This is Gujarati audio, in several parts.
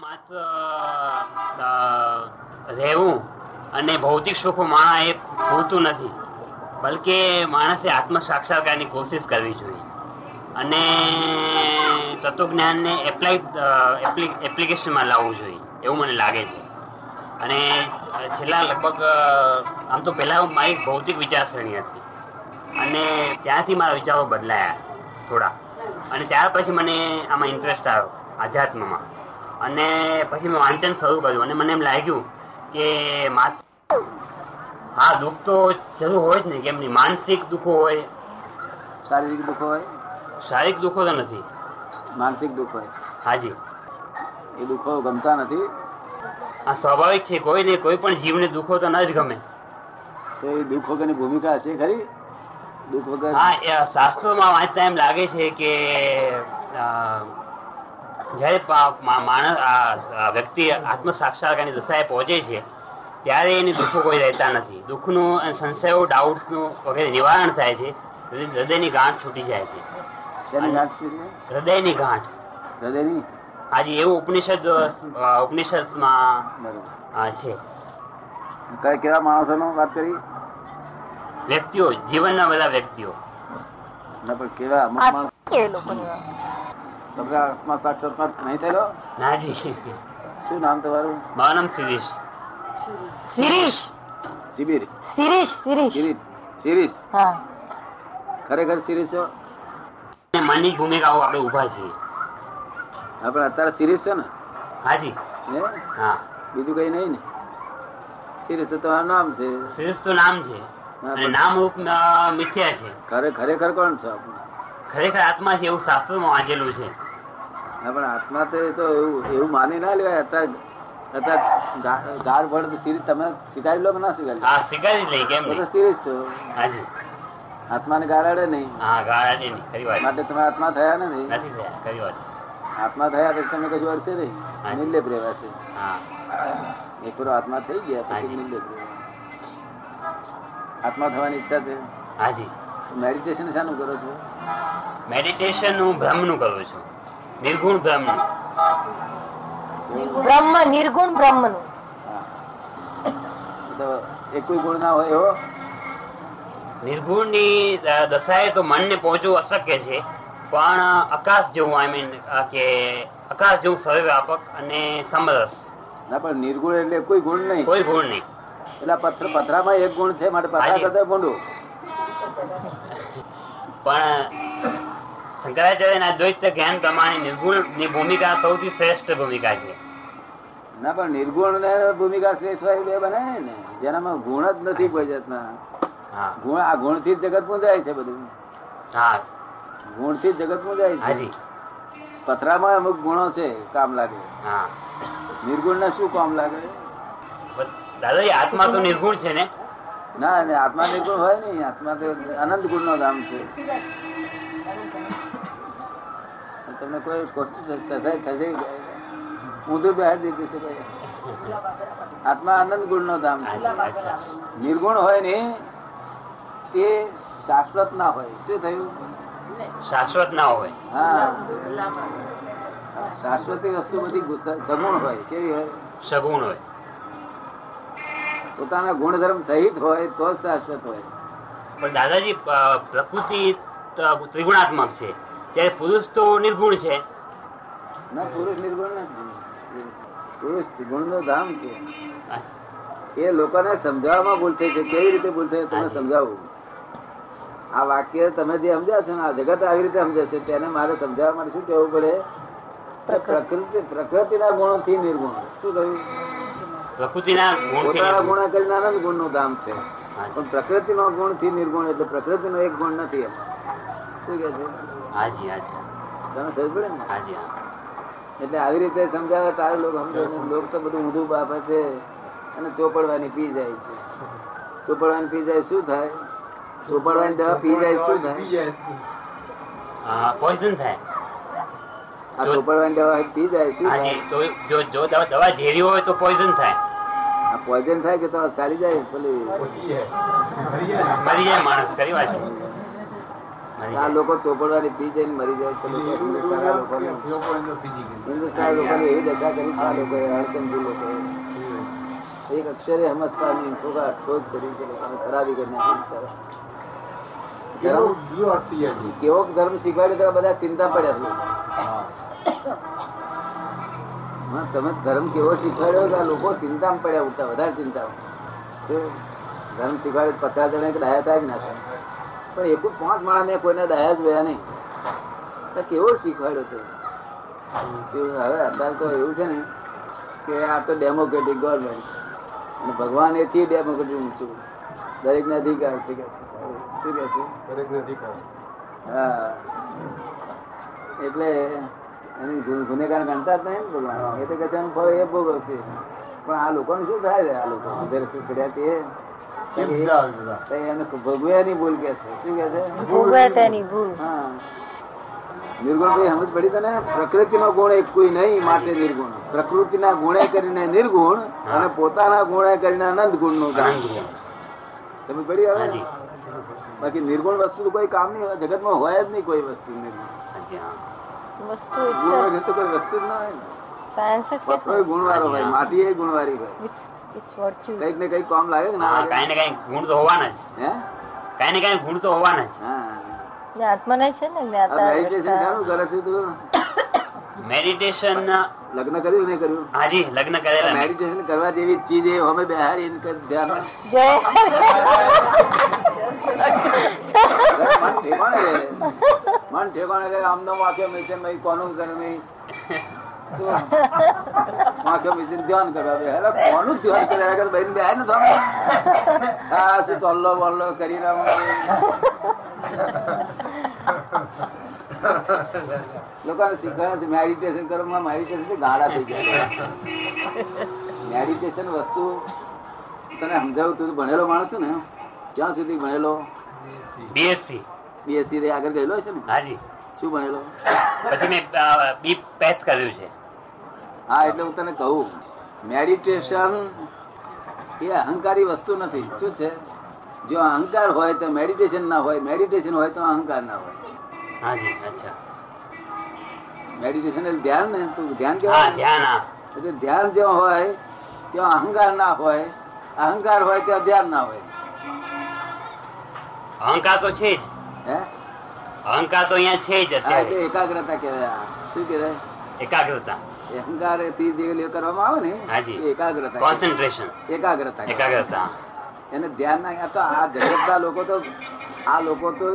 માત્ર અ, રહેવું અને ભૌતિક સુખો માણા એ પૂરતું નથી બલકે માણસે આત્મ સાક્ષાત્કારની કોશિશ કરવી જોઈએ અને તત્વજ્ઞાનને એપ્લાય એપ્લિકેશનમાં લાવવું જોઈએ એવું મને લાગે છે અને છેલ્લા લગભગ અ, આમ તો પહેલા મારી ભૌતિક વિચારસરણી હતી અને ત્યાંથી મારા વિચારો બદલાયા થોડા અને ત્યાર પછી મને આમાં ઇન્ટરેસ્ટ આવ્યો આધ્યાત્મમાં અને પછી મેં વાંચન શરૂ કર્યું અને મને એમ લાગ્યું કે માત્ર હા દુઃખ તો જરૂર હોય જ ને કેમ નહીં માનસિક દુઃખો હોય શારીરિક દુઃખ હોય શારીરિક દુઃખો તો નથી માનસિક દુઃખ હોય હાજી એ દુઃખો ગમતા નથી આ સ્વાભાવિક છે કોઈને કોઈ પણ જીવને દુઃખો તો ન જ ગમે તો એ દુઃખ વગરની ભૂમિકા હશે ખરી દુઃખ વગર હા એ શાસ્ત્રોમાં વાંચતા એમ લાગે છે કે અ, જ્યારે પા- મા- માણસ આ- આ વ્યક્તિ આત્મ સાક્ષાત્કારની દશાએ પહોંચે છે ત્યારે એને દુઃખો કોઈ રહેતા નથી દુઃખનું અને સંશયો ડાઉટ્સનું વગેરે નિવારણ થાય છે એટલે હૃદયની ગાંઠ છૂટી જાય છે શેની ગાંઠ છે એટલે? હૃદયની ગાંઠ હૃદયની આજે એવું ઉપનિષદ અ, ઉપનિષદમાં બરોબર અ, છે કયા કેવા માણસો વાત કરી વ્યક્તિઓ જીવનના બધા વ્યક્તિઓ ના પણ કેવા અમુક આ માણસ એ લોકોની તમને આત્મા સાક્ષાત્કાર નહીં થયેલો નાજી શું નામ તમારું મારું નામ શિરીષ શિરીષ શિબિર શિરીષ શિરીષ શિરીષ શિરીષ હા ખરેખર શિરીષ છો અને મનની ભૂમિકાઓ આપણે ઊભા છીએ આપણે અત્યારે શિરીષ છો ને હાજી હે? હા બીજું કઈ નહીં ને શિરીષ તો તમારું નામ છે શ્રેષ્ઠ તો નામ છે અને નામ રૂપ અ, મિથ્યા છે ખરે ખરેખર કોણ છો આપણે ખરેખર આત્મા છે એવું શાસ્ત્રોમાં વાંચેલું છે ના, પણ આત્મા તો એ તો એવું એવું માની ના લેવાય અત્યારે અત્યારે ગા- ગાર ભળ શિરીષ તમે સ્વીકારી લો કે ના સ્વીકારી લો? હા સ્વીકારી જ લઈ કેમ તમે નહીં તો શિરીષ છો હાજી આત્માને ગાર અડે નહીં હા ગાળા છે નહીં ખરી વાત માટે તમે આત્મા થયા નથી નથી થયા ખરી વાત આત્મા થયા પછી તમને કશું અડશે નહીં હાજી. નિર્લેપ રહેવાશે હા એક પૂરો આત્મા થઈ ગયા પછી હાજી. નિર્લેપ રહેવાશે. આત્મા થવાની ઈચ્છા છે હાજી મેડિટેશન શાનું કરો છો મેડિટેશન હું બ્રહ્મનું કરું છું નિર્ગુણ બ્રહ્મનું બ્રહ્મ નિર્ગુણ બ્રહ્મનું હા. એ તો એકુય ગુણ ના હોય એવો નિર્ગુણની અ, દશાએ તો મનને પહોંચવું અશક્ય છે પણ આકાશ જેવું આઈ મીન કે આકાશ જેવું સર્વવ્યાપક અને સમરસ ના પણ નિર્ગુણ એટલે કોઈ ગુણ નહીં કોઈ ગુણ નહીં એટલે આ પથ્થર પથરામાં એક ગુણ છે માટે પથરા હાજી. કરતા ભૂંડું પણ શંકરાચાર્યના દ્વૈત જ્ઞાન પ્રમાણે નિર્ગુણની ભૂમિકા સૌથી શ્રેષ્ઠ ભૂમિકા છે ના પણ નિર્ગુણ ને ભૂમિકા શ્રેષ્ઠ હોય બે બનાવે ને જેનામાં ગુણ જ નથી કોઈ જાતના હા ગુણ આ ગુણ થી જગત પૂંજાય છે બધું હા ગુણ થી જગત પૂંજાય છે હાજી પથરામાં અમુક ગુણો છે કામ લાગે હા નિર્ગુણ ને શું કામ લાગે બસ, દાદાજી આત્મા તો નિર્ગુણ છે ને ના ને આત્મા નિર્ગુણ હોય નહીં આત્મા તો અનંત ગુણ નો ધામ છે તમને કોઈ કોશિશ થશે થશે ઊંધું બહાર દીધું છે ભાઈ. આત્મા અનંત ગુણ નો ધામ છે હાજી, અચ્છા. નિર્ગુણ હોય ને તે શાશ્વત ના હોય શું થયું શાશ્વત ના હોય હા શાશ્વત એ વસ્તુ બધી ગુસ્સા- સગુણ હોય કેવી હોય સગુણ હોય પોતાના ગુણધર્મ સહિત હોય તો જ શાશ્વત હોય પણ દાદાજી અ, પ્રકૃતિ ત- ત્રિગુણાત્મક છે ત્યારે પુરુષ તો નિર્ગુણ છે ના પુરુષ નિર્ગુણ નથી પુરુષ ગુણ નો ધામ છે હા, એ લોકોને સમજાવવામાં ભૂલ થઈ છે કેવી રીતે ભૂલ થઈ તમે હાજી. સમજાવું આ વાક્ય તમે જે સમજ્યા છો ને આ જગત આવી રીતે સમજે છે તેને મારે સમજાવવા માટે શું કહેવું પડે કે પ્રકૃતિ પ્રકૃતિના ગુણોથી નિર્ગુણ શું કહ્યું પ્રકૃતિના ગુણ પોતાના ગુણા કરીને આનંદ ગુણનું ધામ છે હાજી પણ પ્રકૃતિનો ગુણથી નિર્ગુણ એટલે પ્રકૃતિનો એક ગુણ નથી એમાં. શું કહે છે હાજી હાજી તમે સમજ પડે ને હાજી હા. એટલે આવી રીતે સમજાવે તારે લોકો સમજે નહીં. લોકો તો બધું ઊંધું બાફે છે અને ચોપડવાની પી જાય છે ચોપડવાની પી જાય શું થાય ચોપડવાની દવા પી જાય શું થાય અ, પોઈઝન થાય આ ચોપડવાની દવા પી જાય શું થાય હાજી તો જો જો દવા દવા ઝેરી હોય તો પોઈઝન થાય આ પોઈઝન થાય કે તો ચાલી જાય પેલી મરી જાય માણસ કરી વાત છે મરી આ જાય. લોકો ચોપડવાની પી જઈને મરી જાય છે લોકો હિન્દુસ્તાનના લોકોને. હિન્દુસ્તાનના લોકોને એવી દશા કરી છે આ લોકોએ, અણસમજુ લોકોએ. એક અક્ષરે સમજતા નહીં, ઠોકા ઠોક કરી છે લોકોને, ખરાબી કરી નાખી છે. ધર્મ- કેવોક ધર્મ શીખવાડ્યો ત્યારે બધા ચિંતા પડ્યા છે હા, તમે ધર્મ કેવો શીખવાડ્યો તો આ લોકો ચિંતામાં પડ્યા ઉઠતા વધારે ચિંતામાં તો ધર્મ શીખવાડે તો પચાસ જણા એક ડાયા થાય જ ના થાય પણ એકું પાંચ માણસ મેં કોઈને ડાયા જ ગયા નહીં તો કેવો શીખવાડ્યો તે તો હવે અત્યારે તો એવું છે ને કે આ તો ડેમોક્રેટિક ગવર્મેન્ટ અને ભગવાન એથી ડેમોક્રેટિક ઊંચું દરેકને અધિકાર છે કે શું કહે છે હા. એટલે એની ગુન- ગુનેગાર ગણતા જ નહીં ને ભગવાન એ તો કહે છે એનું ફળ એ ભોગવશે પણ આ લોકોને શું થાય છે આ લોકો અંદર શું કર્યા તે તો એને ભોગવ્યા ની ભૂલ કે છે શું કે છે ભોગવે તેની ભૂલ હા નિર્ગુણભાઈ સમજ પડી તને પ્રકૃતિનો ગુણ એક કોઈ નહીં માટે નિર્ગુણ પ્રકૃતિના ગુણે કરીને નિર્ગુણ અને પોતાના ગુણે કરીને અનંત ગુણ નું આનંદ ગાન છે. તમે પડી આવે હાજી. બાકી નિર્ગુણ વસ્તુ તો કોઈ કામ નહીં જગતમાં હોય જ નહીં કોઈ વસ્તુ નિર્ગુણ હાજી, હા. વસ્તુ ગુણ વગર તો કોઈ વસ્તુ જ ના હોય ને. સાયન્સ જ કે પથ્થર ગુણવાળો હોય માટી એ ગુણવાળી હોય ઇટ્સ વર્ચ્યુ કઈક ને કઈક કામ લાગે ને ના હા, લાગે? કાંઈ ને કાંઈ ગુણ તો હોવાના જ હે કાંઈ ને કાંઈ ગુણ તો હોવાના જ હા આત્માને છે ને આ જ્ઞાતા meditation શાનું કરે છે તું? મેડિટેશન લગ્ન કર્યું કે નહીં કર્યું હાજી લગ્ન કરેલા મેં. મેડિટેશન કરવા જેવી ચીજ એ અમે બેહારી એને કઈ ધ્યાન મન ઠેકાણે રહે મન ઠેકાણે રહે આમનો વાંકે મિશન મય કોનું કરે મય તો વાંકે મિશન ધ્યાન કરવા બે હેલો કોનું ધ્યાન કરે અગર બહેન બે ને તમે આ શું તલ્લો બલ્લો કરી રહ્યા લોકોને શીખવાડે છે મેડિટેશન કરવામાં મેડિટેશન ગાળા થઈ ગયા મેડિટેશન વસ્તુ તને સમજાવું તું ભણેલો માણસ છું ને ક્યાં સુધી ભણેલો બીએસસી બીએસસી થી આગળ ગયેલો છે ને હાજી શું ભણેલો પછી મેં બી પેથ કર્યું છે હા એટલે હું તને કહું મેડિટેશન એ અહંકારી વસ્તુ નથી શું છે જો અહંકાર હોય તો મેડિટેશન ના હોય મેડિટેશન હોય તો અહંકાર ના હોય હાજી અચ્છા મેડિટેશન એટલે ધ્યાન ને તું ધ્યાન હા કેવું ધ્યાન હા એટલે ધ્યાન જો હોય ત્યાં અહંકાર ના હોય અહંકાર હોય ત્યાં ધ્યાન ના હોય અહંકાર તો છે જ હે અહંકાર તો અહીંયા છે જ હા એટલે અત્યારે એકાગ્રતા કહેવાય આ. શું કહેવાય એકાગ્રતા એ અહંકાર થી જે લ્યો કરવામાં આવે ને હાજી. એ એકાગ્રતા કહેવાય. કોન્સન્ટ્રેશન એકાગ્રતા કહેવાય. એકાગ્રતા એને ધ્યાન ના આ તો આ જગતના લોકો તો આ લોકો તો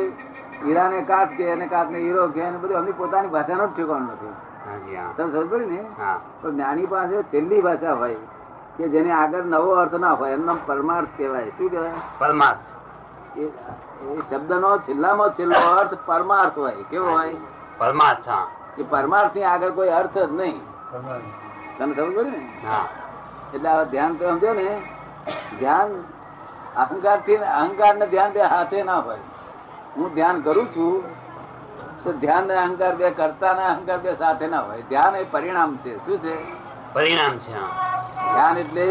હીરાને કાચ કે એને કાચ ને હીરો કે એને બધું એમની પોતાની ભાષાનો જ ઠેકાણું નથી હાજી હા તમે સમજ પડી ને હા તો જ્ઞાની પાસે છેલ્લી ભાષા હોય કે જેને આગળ નવો અર્થ ના હોય એમનો પરમાર્થ કહેવાય શું કહેવાય પરમાર્થ એ એ શબ્દનો છેલ્લામાં છેલ્લો અર્થ પરમાર્થ હોય કેવો હોય પરમાર્થ હા કે પરમાર્થ ની આગળ કોઈ અર્થ જ નહીં તમે સમજ પડી ને હા એટલે આ ધ્યાન તો સમજો ને ધ્યાન અહંકાર થી અહંકાર ને ધ્યાન બે હાથે ના હોય હું ધ્યાન કરું છું તો ધ્યાન ને અહંકાર બે કરતા ને અહંકાર બે સાથે ના હોય ધ્યાન એ પરિણામ છે શું છે પરિણામ છે હા ધ્યાન એટલે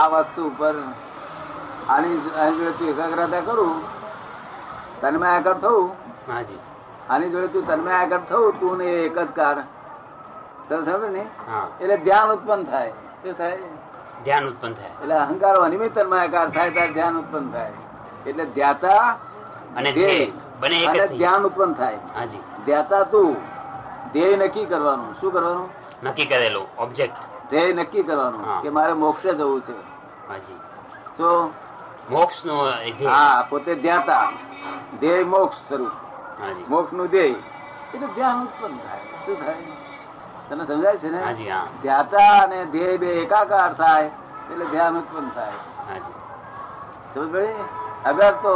આ વસ્તુ ઉપર આની જો- આની જોડે તું એકાગ્રતા કરું તન્મય આગળ થવું હાજી આની જોડે તું તન્મય આગળ થવું તું ને એ એક જ કાર તમે સમજે ને હા એટલે ધ્યાન ઉત્પન્ન થાય શું થાય ધ્યાન ઉત્પન્ન થાય એટલે અહંકાર અનિમિત્ત માયાકાર થાય ત્યારે ધ્યાન ઉત્પન્ન થાય એટલે ધ્યાતા અને ધ્યેય ધ્યેય બંને એક જ અને થઈ. ધ્યાન ઉત્પન્ન થાય હાજી ધ્યાતા તું ધ્યેય નક્કી કરવાનું શું કરવાનું નક્કી કરેલું ઓબ્જેક્ટ ધ્યેય નક્કી કરવાનું હા. કે મારે મોક્ષે જવું છે હાજી તો મોક્ષ નું ધ્યેય હા પોતે ધ્યાતા ધ્યેય મોક્ષ સ્વરૂપ હાજી મોક્ષ નું ધ્યેય એટલે ધ્યાન ઉત્પન્ન થાય શું થાય તને સમજાય છે ને હાજી હા ધ્યાતા અને ધ્યેય બે એકાકાર થાય એટલે ધ્યાન ઉત્પન્ન થાય હાજી સમજ પડી? અગર તો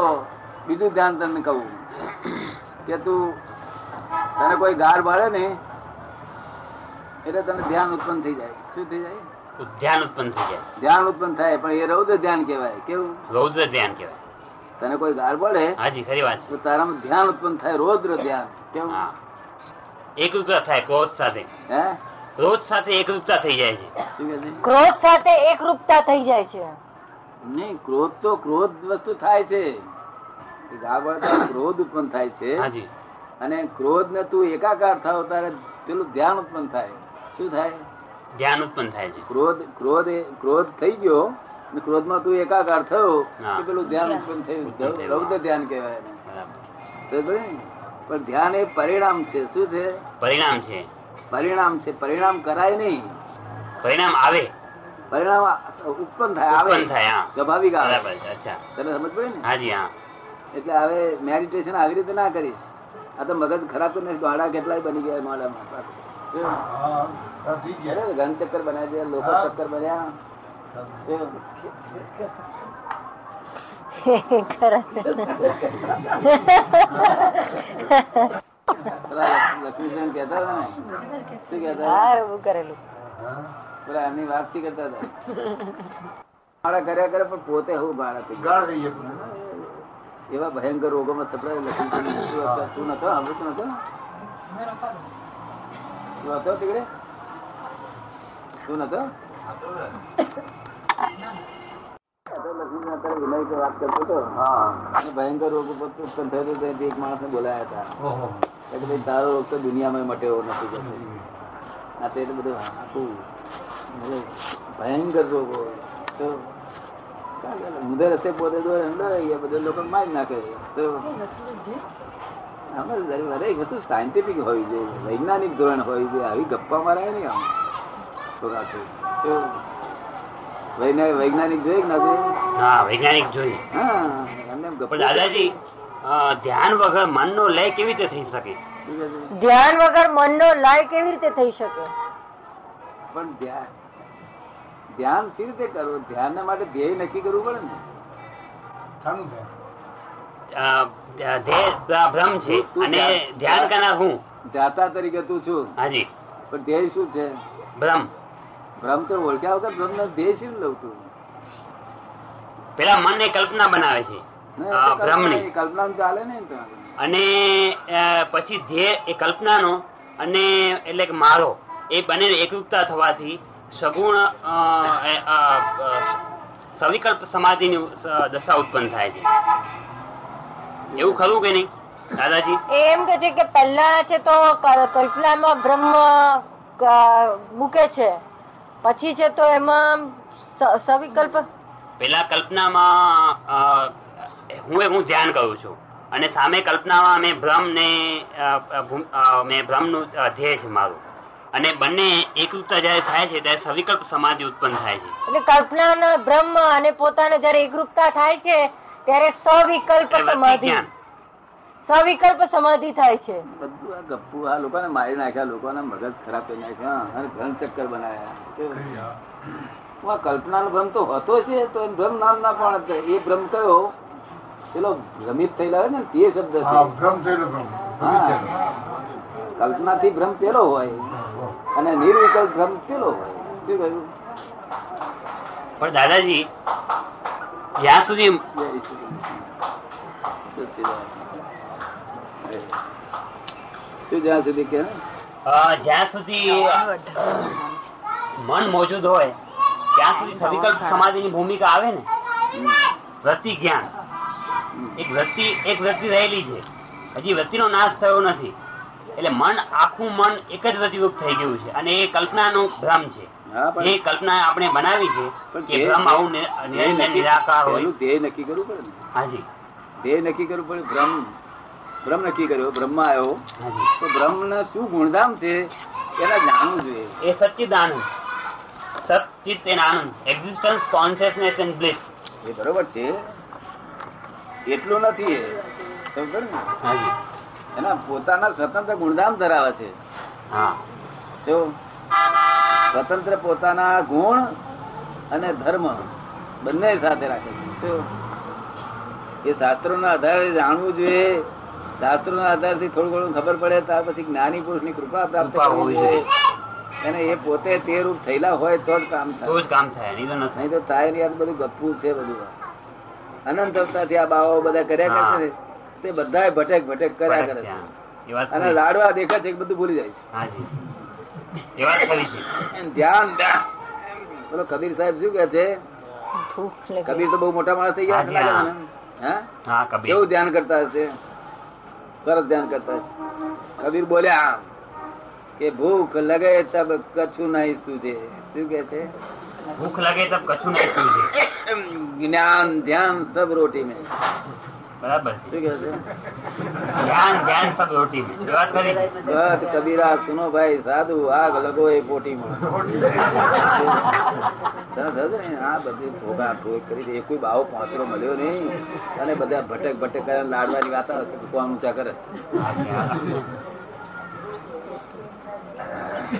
બીજું ધ્યાન તને કહું કે તું તને કોઈ ગાર ભાડે ને એટલે તને ધ્યાન ઉત્પન્ન થઈ જાય શું થઈ જાય ધ્યાન ઉત્પન્ન થઈ જાય ધ્યાન ઉત્પન્ન થાય પણ એ રૌદ્ર ધ્યાન કહેવાય કેવું રૌદ્ર ધ્યાન કહેવાય તને કોઈ ગાર પડે હાજી ખરી વાત છે તો તારામાં ધ્યાન ઉત્પન્ન થાય રૌદ્ર ધ્યાન કેવું હા એકરૂપતા થાય ક્રોધ સાથે હે ક્રોધ સાથે એકરૂપતા થઈ જાય છે શું કહે છે ક્રોધ સાથે એકરૂપતા થઈ જાય છે નહીં ક્રોધ તો ક્રોધ વસ્તુ થાય છે નથી રાવણ ક્રોધ ઉત્પન્ન થાય છે હાજી અને ક્રોધ ને તું એકાકાર થાવ ત્યારે પેલું ધ્યાન ઉત્પન્ન થાય શું થાય ધ્યાન ઉત્પન્ન થાય છે ક્રોધ ક્રોધ એ- ક્રોધ થઈ ગયો અને ક્રોધમાં તું એકાકાર થયો હા. કે પેલું ધ્યાન ઉત્પન્ન થયું ઉત્પન્ન થયું. રૌદ્ર ધ્યાન કહેવાય એને. બરાબર સમજ પડી ને? પણ ધ્યાન એ પરિણામ છે શું છે પરિણામ છે પરિણામ છે પરિણામ કરાય નહીં પરિણામ આવે પરિણામ આ- ઉત્પન્ન ઉત્પન્ન થાય આવે થાય હા સ્વાભાવિક આવે બરાબર છે અચ્છા તને સમજ પડી ને હાજી હા એટલે હવે મેડિટેશન આવી રીતે ના કરીશ આ તો મગજ ખરાબ કરીને ગાડા કેટલાય બની ગયા માળામાં પાછું. અરે, ઘન ચક્કર બનાવી દે લોકો હા. ચક્કર બન્યા જો. ખરા પેલા લક્ષ્મીચંદ કહેતા હતા ને શું કહેતા હતા? હા એવું કરેલું પેલા એમની વાતચીત કરતા હતા મારા કર્યા કરે પણ પોતે હું ભાડા થઈ ગયા. એવા ભયંકર રોગોમાં સપડાય લક્ષ્મીચંદ તું હતો- તું નતો આવું તું નતો તું હતો તીકડે? તું નતો હતો લક્ષ્મીચંદ અત્યારે વિનય કે વાત કરતો હતો અને ભયંકર રોગ ઉપર તો ઉત્પન્ન થયો હતો ત્યાંથી એક માણસને બોલાયા હતા કે ભાઈ તારો રોગ તો દુનિયામાં મટે એવો નથી કે છે. આ તે બધું આખું એટલે ભયંકર રોગો તો કાં કરે? ઊંધે રસ્તે પોતે દોડે ને દોડાઈ ગયા બધા લોકો મારી નાખે તો આમાં દરેક- દરેક વસ્તુ સાયન્ટિફિક હોવી જોઈએ વૈજ્ઞાનિક ધોરણ હોવી જોઈએ આવી ગપ્પા મારાય નહીં આમ ખોરાકે. તો વૈજ્ઞા- વૈજ્ઞાનિક જોઈએ કે ના જોઈએ? હા વૈજ્ઞાનિક જોઈએ હા એમને એમ પણ ગપ્પા દાદાજી અ, ધ્યાન વગર મનનો લય કેવી રીતે થઈ શકે શું કહે છે? ધ્યાન વગર મનનો લય કેવી રીતે થઈ શકે પણ ધ્યાન ધ્યાન સી રીતે કરવું ધ્યાનના માટે ધ્યેય નક્કી કરવું પડે અ, ધ્યેય તો આ ભ્રમ છે તું અને ધ્યાન- ધ્યાન કરનાર હું ને જાતા તરીકે તું છું હાજી પણ ધ્યેય શું છે ભ્રમ ભ્રમ તો ઓળખ્યા વગર ભ્રમનો ધ્યેય શી રીતે લઉં તું? પેલા મનને કલ્પના બનાવે છે અ, ને એ તો કલ્પના- ભ્રમની એ કલ્પનામાં ચાલે ને તો. અને અ, પછી ધ્યેય એ કલ્પનાનો અને એટલે કે મારો એ બંને એકરૂપતા થવાથી સગુણ અ, એ, અ, અ, સવિકલ્પ સમાધિની અ, દશા ઉત્પન્ન થાય છે એવું ખરું કે નહીં દાદાજી એ એમ કે છે કે પહેલા છે તો ક- કલ્પનામાં બ્રહ્મ ક- મૂકે છે પછી છે તો એમાં સ- સવિકલ્પ પેલા કલ્પનામાં અ, હું એ હું ધ્યાન કરું છું અને સામે કલ્પનામાં મેં ભ્રમ ને અ, અ, ભૂ- અ, મેં ભ્રમનું અ, ધ્યેય છે મારું અને બંને એકરૂપતા જ્યારે થાય છે ત્યારે સવિકલ્પ સમાધિ ઉત્પન્ન થાય છે એટલે કલ્પનાના બ્રહ્મ અને પોતાને જયારે એકરૂપતા થાય છે ત્યારે સવિકલ્પ એટલે વર્તી સમાધિ જ્ઞાન. સવિકલ્પ સમાધિ થાય છે બધું આ ગપ્પુ આ લોકોને મારી નાખ્યા લોકોના મગજ ખરાબ કરી નાખ્યા અને ભ્રમ ચક્કર બનાવ્યા કેવું? હું આ કલ્પનાનો ભ્રમ તો હોતો છે તો એ ભ્રમ નામ ના પણ હતો. એ ભ્રમ કયો પેલો ભ્રમિત થયેલા હોય ને તે શબ્દ છે કલ્પના થી ભ્રમ પેલો હોય અને નિર્વિકલ્પ ભ્રમ પેલો હોય શું કહ્યું? પણ દાદાજી જ્યાં સુધી જય શ્રી કૃષ્ણ. શું જ્યાં સુધી કે અ, જ્યાં સુધી મન મોજૂદ હોય ત્યાં સુધી સવિકલ્પ સમાધિની ભૂમિકા આવે ને હમ, વૃત્તિ જ્ઞાન હમ. એક વૃત્તિ એક વૃત્તિ રહેલી છે હજી વૃત્તિનો નાશ થયો નથી એટલે મન આખું મન એક જ વૃત્તિરૂપ થઈ ગયું છે અને એ કલ્પનાનો ભ્રમ છે હા એ પણ કલ્પના આપણે બનાવી છે પણ કે જે- ભ્રમ આવું નિ- ધ્યેય નિરંતર નક્કી- નિરાકાર હોય પહેલું ધ્યેય નક્કી કરવું પડે ને હાજી ધ્યેય નક્કી કરવું પડે ભ્રમ ભ્રમ નક્કી કર્યો બ્રહ્મ આવ્યો હાજી તો બ્રહ્મ શું ગુણધામ છે એના જાણવું જોઈએ એ સચ્ચિદ આનંદ સચ્ચિદ એન આનંદ એક્ઝિસ્ટન્સ કોન્શિયસનેસ એન્ડ બ્લિસ એ બરોબર છે એટલું નથી એ સમજો ને? હાજી એના પોતાના સ્વતંત્ર ગુણધામ ધરાવે છે હા જો સ્વતંત્ર પોતાના ગુણ અને ધર્મ બંને સાથે રાખે છે જો, એ શાસ્ત્રોના આધારે જાણવું જોઈએ શાસ્ત્રોના આધારથી થોડું ઘણું ખબર પડે ત્યાર પછી જ્ઞાની પુરુષની કૃપા પ્રાપ્ત કૃપા કરવી હોવી જોઈએ અને એ પોતે તે રૂપ થયેલા હોય તો જ કામ તો થાય જ કામ થાય નહીં તો ન થાય નહીં તો થાય નહીં આ બધું ગપ્પું છે બધું અનંત અવતારથી આ બાવાઓ બધા કર્યા હા. કરે છે તે બધાય ભટેક ભટેક કર્યા કરે ફરક છે, છે હા. એ વાત અને ખરી. લાડવા દેખે છે એ બધું ભૂલી જાય છે હાજી એ વાત ખરી છે એમ ધ્યાન બોલો કબીર સાહેબ શું કે છે ભૂખ લાગી. કબીર તો બહુ મોટા માણસ થઈ ગયા છે હાજી, લાગે હા. મને. હા હા કબીર કેવું ધ્યાન કરતા હશે સરસ ધ્યાન કરતા હશે કબીર બોલ્યા આમ કે ભૂખ લગે તબ કછું નહીં સૂજે શું કે છે ભૂખ લાગે તો કશું નહીં સૂઝે જ્ઞાન ધ્યાન સબ રોટી મેં બરાબર છે શું કે છે ધ્યાન ધ્યાન સબ રોટી મેં. એ વાત કરી ગત કબીરા સુનો ભાઈ સાધુ આગ લગો એ પોટીમાં સરસ હતું ને? આ બધી ઠોકા ઠોક કરી છે. એકોય બાવો પાંચરો મળ્યો નહીં અને બધા ભટક ભટક કરીને લાડવાની વાત આવે છે. કોણ ઊંચા કરે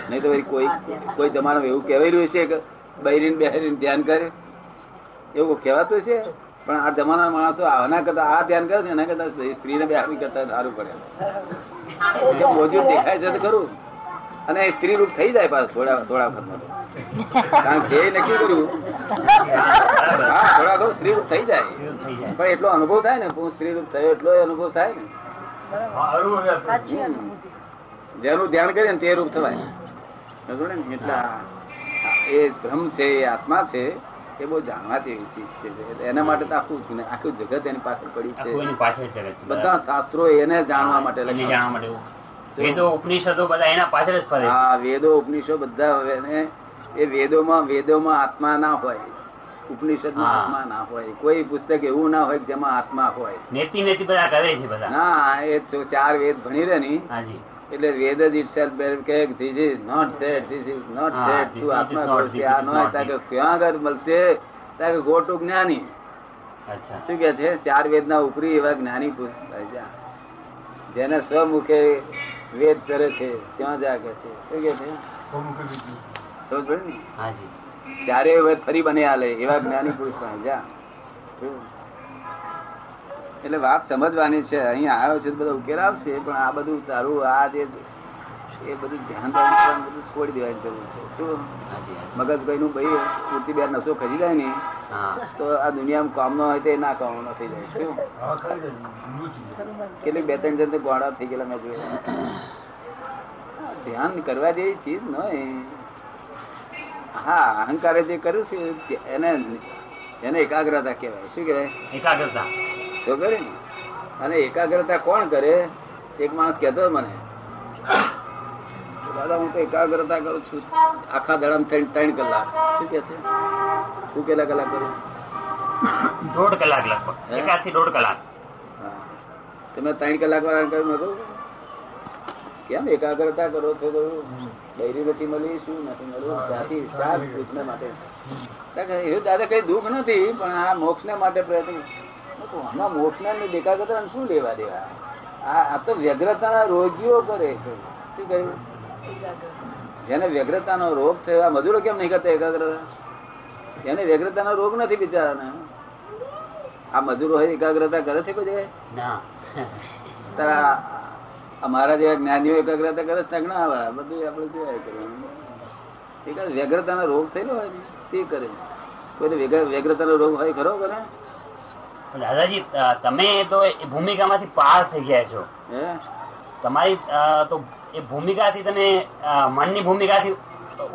નહીં તો વળી કોઈ કોઈ જમાનો એવું કહેવાય રહ્યું છે કે બૈરીને બેહરીને ધ્યાન કરે એવું કહેવાતું છે પણ આ જમાના માણસો આના કરતા આ ધ્યાન કરે છે એના કરતા સ્ત્રીને બેહારી કરતા સારું પડે કેમ મોજું દેખાય છે તો ખરું અને એ સ્ત્રી રૂપ થઈ જાય પાછું થોડા થોડા વખતમાં તો. કારણ કે એ નક્કી કર્યું હા થોડા વખત સ્ત્રી રૂપ થઈ જાય એવું થઈ જાય પણ એટલો અનુભવ થાય ને હું સ્ત્રી રૂપ થયો એટલો અનુભવ થાય ને જેનું ધ્યાન કરીએ ને તે રૂપ થવાય સમજો ને? એટલે આ- આ એ ભ્રમ છે એ આત્મા છે એ બહુ જાણવા જેવી ચીજ છે એટલે એના માટે તો આખું જ જ્ઞા- આખું જગત એની પાછળ પડ્યું આખું છે એની પાછળ જગત છે. બધા શાસ્ત્રો એને જાણવા માટે એને લખ્યા જાણવા માટે એવું. વેદો ઉપનિષદો બધા એના પાછળ જ ફરે છે. હા વેદો ઉપનિષદો બધા હવે એને- એ વેદોમાં વેદોમાં આત્મા ના હોય ઉપનિષદમાં હા. આત્મા ના હોય કોઈ પુસ્તક એવું ના હોય કે જેમાં આત્મા હોય નેતી નેતી બધા કરે છે બધા ના એ જો ચાર વેદ ભણી રહે ની હાજી એટલે વેદ જ itself bear કે this is not that, this is not હા, that, this તું not આત્મા is not, કોણ છે, this આ is નો not હોય, તારે કે ક્યાં આગળ મળશે તારે કે go to જ્ઞાની અચ્છા શું કે છે ચાર વેદના ઉપરી એવા જ્ઞાની પુરુષ થાય છે. જેને સ્વમુખે વેદ ધરે છે ત્યાં જાગે છે શું કે છે સમજ પડી ને? હાજી ચારેય વેદ ફરી બને આલે એવા જ્ઞાની પુરુષ પાસે જા એટલે વાત સમજવાની છે અહીંયા આવ્યો છે તો બધા ઉકેલ આવશે પણ આ બધું તારું આ જે એ બધું ધ્યાન રાખવાનું બધું છોડી દેવાની જરૂર છે શું હાજી હાજી. મગજ ભાઈનું ભાઈ પૂરતી બે નસો ખરી જાય ને હા તો આ દુનિયામાં કામ ન હોય તો એ ના કામ ન થઈ જાય શું કેટલીક બે ત્રણ જણ તો ગોળા થઈ ગયેલા મેં જોયા ધ્યાન કરવા જેવી ચીજ ન હા અહંકારે જે કર્યું છે તે- એને એને એકાગ્રતા કહેવાય શું કહેવાય એકાગ્રતા તો કરે ને અને એકાગ્રતા કોણ કરે એક માણસ કહેતો મને કે દાદા હું તો એકાગ્રતા કરું છું આખા દડામાં ત્રણ ત્રણ કલાક શું કે છે તું કેટલા કલાક કરું દોઢ કલાક લગભગ હે? એકાદ થી દોઢ કલાક હા. તમે ત્રણ કલાક વાળા કહ્યું મેં કહ્યું, કેમ એકાગ્રતા કરો છો કહ્યું બૈરી નથી મળી શું નથી મળ્યું સાથી સાત સુખને માટે ત્યાં કહે, એવું દાદા કઈ દુઃખ નથી પણ આ મોક્ષને માટે પ્રયત્ન હમણાં મોક્ષને ને એકાગ્રતાને શું લેવા દેવા આ આ તો વ્યગ્રતાના રોગીઓ કરે છે શું કહ્યું જેને વ્યગ્રતાનો રોગ થયો આ મજૂરો કેમ નહીં કરતા એકાગ્રતા એને વ્યગ્રતાનો રોગ નથી બિચારાને આ મજૂરો હોય એકાગ્રતા કરે છે કોઈ જગ્યાએ? ના તારા અમારા જેવા જ્ઞાનીઓ એકાગ્રતા કરે છે ત્યાં ના આવે બધું આપણે જોયા કરવાનું એકાદ વ્યગ્રતાનો રોગ થયેલો હોય ને તે કરે કોઈને વ્યગ્ર- વ્યગ્રતાનો રોગ હોય ખરો કરે પણ દાદાજી અ, તમે તો એ ભૂમિકામાંથી પાર થઈ ગયા છો હે તમારી અ, તો એ ભૂમિકાથી તમે અ, મનની ભૂમિકાથી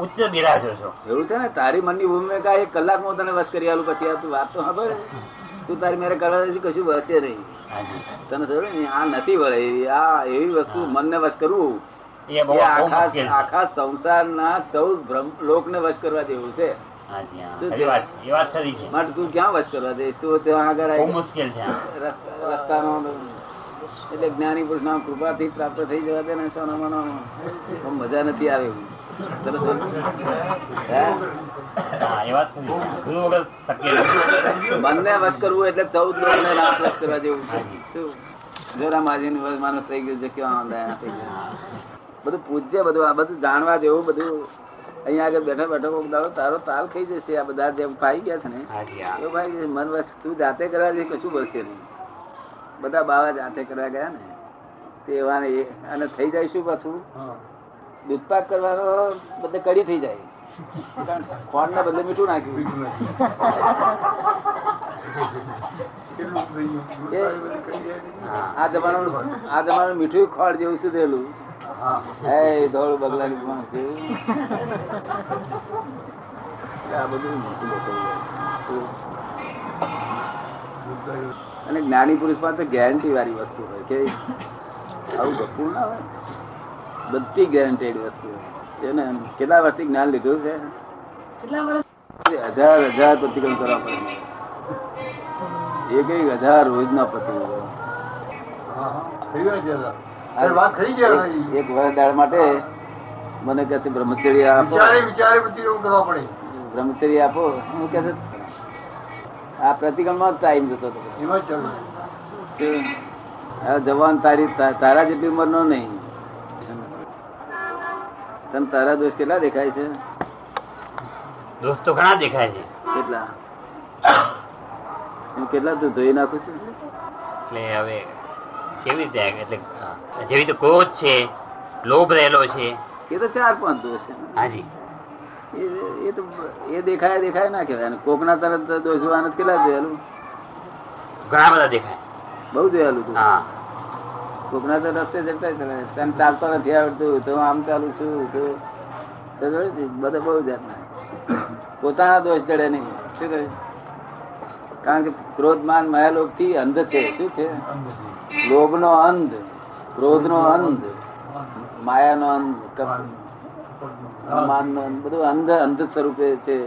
ઉચ્ચ બિરાજો છો એવું છે ને તારી મનની ભૂમિકા એક કલાકમાં હું તને વસ કરી આલું પછી આ તું વાત તો ખબર તું તારી મેરે કરવા જઈશ કશું વસે નહીં હાજી તને ખબર ને આ નથી વળે આ એવી વસ્તુ મનને વશ કરવું એ બહુ એ બહુ આખા મુશ્કેલ છે આખા સંસારના ચૌદ ભ્રમ લોકને વશ કરવા જેવું છે હાજી હા શું ખરી છે? વાત છે. એ વાત ખરી છે માટે તું ક્યાં વસ કરવા દે તું ત્યાં આગળ બહુ આવી મુશ્કેલ છે આ. રસ્તા- રસ્તાનો એટલે જ્ઞાની પુરુષ ના કૃપાથી પ્રાપ્ત થઈ જવા દે ને સોનામાનો આમ મજા નથી આવે એવી. તરત જ. હે? હા એ વાત ખરી છે. ગુરુ વગર શક્ય નથી. મનને વશ કરવું એટલે ચૌદ લોકને રાત વશ કરવા જેવું છે હાજી. શું? જોરા માજીનું વશ માણસ થઈ ગયું છે કેવા દયા થઈ ગયું હા. બધું પૂજ્ય બધું આ બધું જાણવા જેવું બધું અહીંયા આગળ બેઠા બેઠો કોક દાડો તારો તાલ ખાઈ જશે આ બધા જેમ ફાઈ ગયા છે ને હાજી હા એ ભાઈ મન વસ્તુ જાતે કરવા જઈ કશું બોલશે નહીં બધા બાવા જાતે કરવા ગયા ને તે એવા ને એ- અને થઈ જાય શું પાછું દૂધપાક કરવાનો બધે કડી થઈ જાય ખોંડ ના બદલે મીઠું નાખ્યું એ હા. આ જમાનું આ જમાનું મીઠું ખોળ જેવું સુધરેલું હે ધોળું બગલાની પહોંચ્યું આ બધું મોટું મોટું અને જ્ઞાની પુરુષ માં તો ગેરંટી વાળી વસ્તુ હોય કે આવું ગપુ ના હોય બધી ગેરંટેડ વસ્તુ હોય એને કેટલા વર્ષથી જ્ઞાન લીધું છે હજાર હજાર પ્રતિક્રમ કરવા પડે એક એક હજાર રોજના પ્રતિક્રમ કરવા અરે વાત થઈ ગયા ભાઈ. એક- એક વર્ષ દાળ માટે મને કહે છે બ્રહ્મચર્ય આપો વિચારે વિચારે બધી એવું કરવા પડે બ્રહ્મચર્ય આપો હું કહે છે આ પ્રતિક્રમમાં જ ટાઈમ જતો હતો એમાં ચાલુ શું? આ જવાન તારી તા- તારા જેટલી ઉંમરનો નહીં તને તારા દોષ કેટલા દેખાય છે દોસ્તો ઘણા દેખાય છે કેટલા હું કેટલા તું ધોઈ નાખું છું એટલે હવે કેવી રીતે આગળ? એટલે હા, જેવી રીતે ક્રોધ છે લોભ રહેલો છે એ તો ચાર પાંચ દોષ છે હાજી એ- એ તો એ દેખાય દેખાય ના કહેવાય અને કોકના તરત દોષ જોવાના કેટલા જોયેલું ઘણા બધા દેખાય બહુ જોયેલું તું હા કોકના તો રસ્તે જતા જ રહે. તને ચાલતો નથી આવડતું તો હું આમ ચાલું છું તો તો જોયું તું? બધા બહુ જાતના પોતાના દોષ જડે નહીં શું કહ્યું? કારણ કે ક્રોધ માન માયા લોભ થી અંધ છે શું છે લોભ નો અંધ ક્રોધ નો અંધ માયા નો અંધ માન નો અંધ બધું અંધ અંધ સ્વરૂપે છે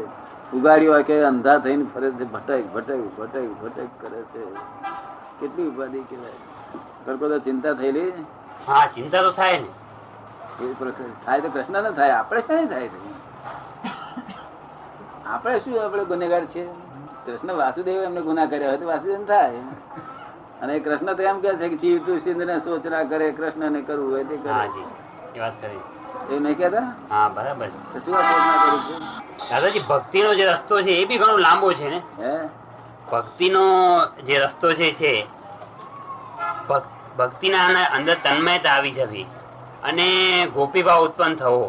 ઉગાડી હોય કે અંધા થઈને ફરે છે ભટક ભટક ભટક ભટક કરે છે કેટલી ઉપાધિ કહેવાય કરકો તો ચિંતા થયેલી હા ચિંતા તો થાય ને એ પ્રશ્ન થાય તો પ્રશ્ન ન થાય આપણે શાને થાય છે? આપણે શું આપણે ગુનેગાર છીએ કૃષ્ણ વાસુદેવ એમને ગુના કર્યા હોય તો વાસુદેવ થાય અને કૃષ્ણ તો એમ કહે છે કે જીવ તું સિંધને સોચના કરે કૃષ્ણને કરવું હોય તે કરે હાજી એ વાત કરી એવું નહીં કહેતા હા બરાબર છે. તો શું આ સોચના કરું છું દાદાજી ભક્તિનો જે રસ્તો છે એ બી ઘણો લાંબો છે ને હે ભક્તિનો જે રસ્તો છે છે ભક- ભક્તિના આના અંદર તન્મયતા આવી જવી અને ગોપીભાવ ઉત્પન્ન થવો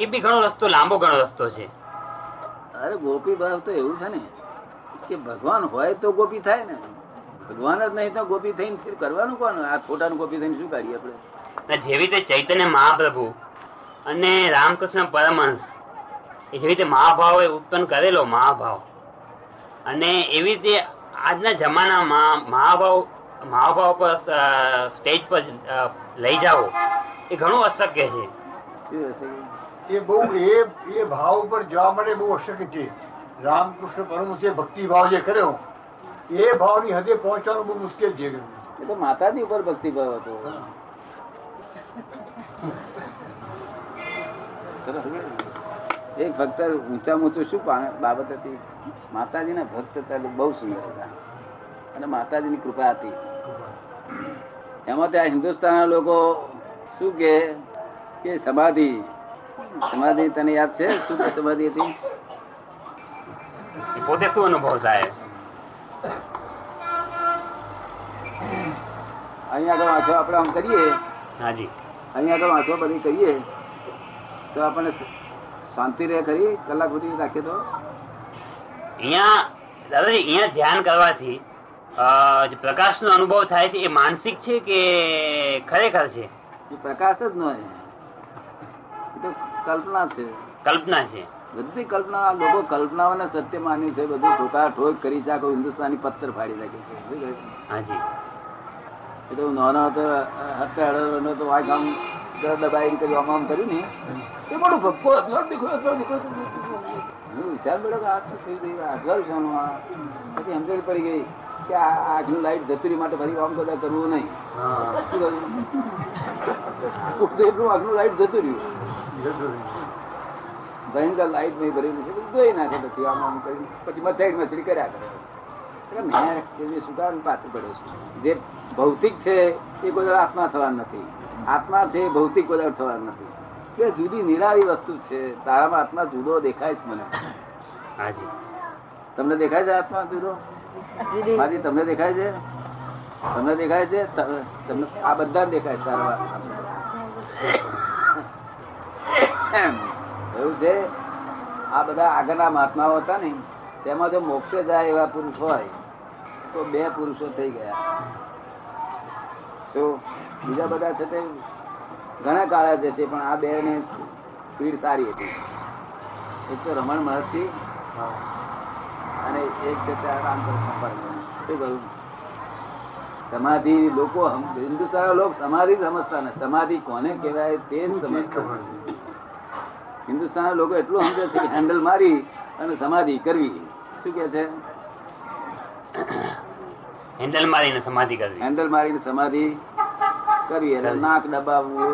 એ બી ઘણો રસ્તો લાંબો ઘણો રસ્તો છે અરે ગોપી ભાવ તો એવું છે ને કે ભગવાન હોય તો ગોપી થાય ને ભગવાન જ નહીં તો ગોપી થઈને ફિર કરવાનું કોણ આ ખોટાનું ગોપી થઈને શું કરીએ આપણે અને જેવી રીતે ચૈતન્ય મહાપ્રભુ અને રામકૃષ્ણ પરમહંસ એ જેવી રીતે મહાભાવે ઉત્પન્ન કરેલો મહાભાવ અને એવી રીતે આજના જમાનામાં મહાભાવ મહાભાવ પર અ, સ્ટેજ પર અ, લઈ જાઓ એ ઘણું અશક્ય છે શું હશે એ બહુ એ એ ભાવ ઉપર જવા માટે બહુ અશક્ય છે રામકૃષ્ણ પરમહંસે ભક્તિ ભાવ જે કર્યો એ ભાવની હદે પહોંચવાનું બહુ મુશ્કેલ છે એ તો માતાજી ઉપર ભક્તિ ભાવ હતો સરસ ને? એક ભક્ત ઊંચામાં ઊંચું શું પા- બાબત હતી માતાજીના ભક્ત હતા એટલે બહુ સુંદર હતા અને માતાજીની કૃપા હતી એમાં ત્યાં હિન્દુસ્તાનના લોકો શું કે કે સમાધિ સમાધિ તને યાદ છે શું કે સમાધિ હતી એ પોતે શું અનુભવ થાય અહીંયા આગળ વાંચો આપણે આમ કરીએ હાજી અહીંયા આગળ વાંચો બધી કરીએ તો આપણને શાંતિ રહે ખરી કલાક સુધી રાખીએ તો અહીંયા દાદાજી અહીંયા ધ્યાન કરવાથી અ, જે પ્રકાશનો અનુભવ થાય છે એ માનસિક છે કે ખરેખર છે એ પ્રકાશ જ ન હોય એ તો કલ્પના છે કલ્પના છે બધી કલ્પના લોકો કલ્પનાઓને સત્ય માની છે બધું ઠોકા ઠોક કરી છે આખો હિન્દુસ્તાની પથ્થર ફાડી નાખે છે શું કહે છે? હાજી એ તો હું નાનો હતો હતે અડધો તો આ ગામ જરા દબાઈને કર્યું આમ આમ કર્યું ને એ બધું ભક્કો અજવાળ દેખો અજવાળ દેખો હું વિચાર મળ્યો કે આ શું થઈ ગયું આ અજવાળ શાનું આ પછી સમજણ પડી ગઈ કે આ આ આખી લાઈટ જતી રહી માટે ફરી આમ બધા કરવું નહીં શું કહ્યું? તો એટલું આગલું લાઈટ જતું રહ્યું ભયંકર લાઈટ નહીં ભરેલી છે બધું ધોઈ નાખે પછી આમ આમ કરીને પછી મથાઈ મથડી કર્યા કરે એટલે મેં એવી સુધારણ પાત્ર પડ્યો છું જે ભૌતિક છે એ કોઈ દાડો આત્મા થવાનું નથી આત્મા છે એ ભૌતિક કોઈ દાડો થવાનું નથી બે જુદી નિરાળી વસ્તુ છે તારામાં આત્મા જુદો દેખાય છે મને હાજી તમને દેખાય છે આત્મા જુદો જુદી મારી તમને દેખાય છે તમને દેખાય છે ત- તમને આ બધા દેખાય છે તારા આત્મા. એમ. એવું છે આ બધા આગળના મહાત્માઓ હતા ને તેમાં જો મોક્ષે જાય એવા પુરુષ હોય તો બે પુરુષો થઈ ગયા તો બીજા બધા છે તે ઘણા કાળા જશે પણ આ બે ને સ્પીડ સારી હતી એક તો રમણ મહર્ષિ અને એક છે ત્યાં રામકૃષ્ણ પરમહંસ શું કહ્યું સમાધિ લોકો હમ- હિન્દુસ્તાનના લોકો સમાધિ જ સમજતા નથી સમાધિ કોને કહેવાય તે જ સમજતા નથી. હિન્દુસ્તાનના લોકો એટલું સમજે છે કે હેન્ડલ મારી અને સમાધિ કરવી શું કે છે હેન્ડલ મારીને સમાધિ કરવી હેન્ડલ મારીને સમાધિ કરવી એટલે નાક દબાવવું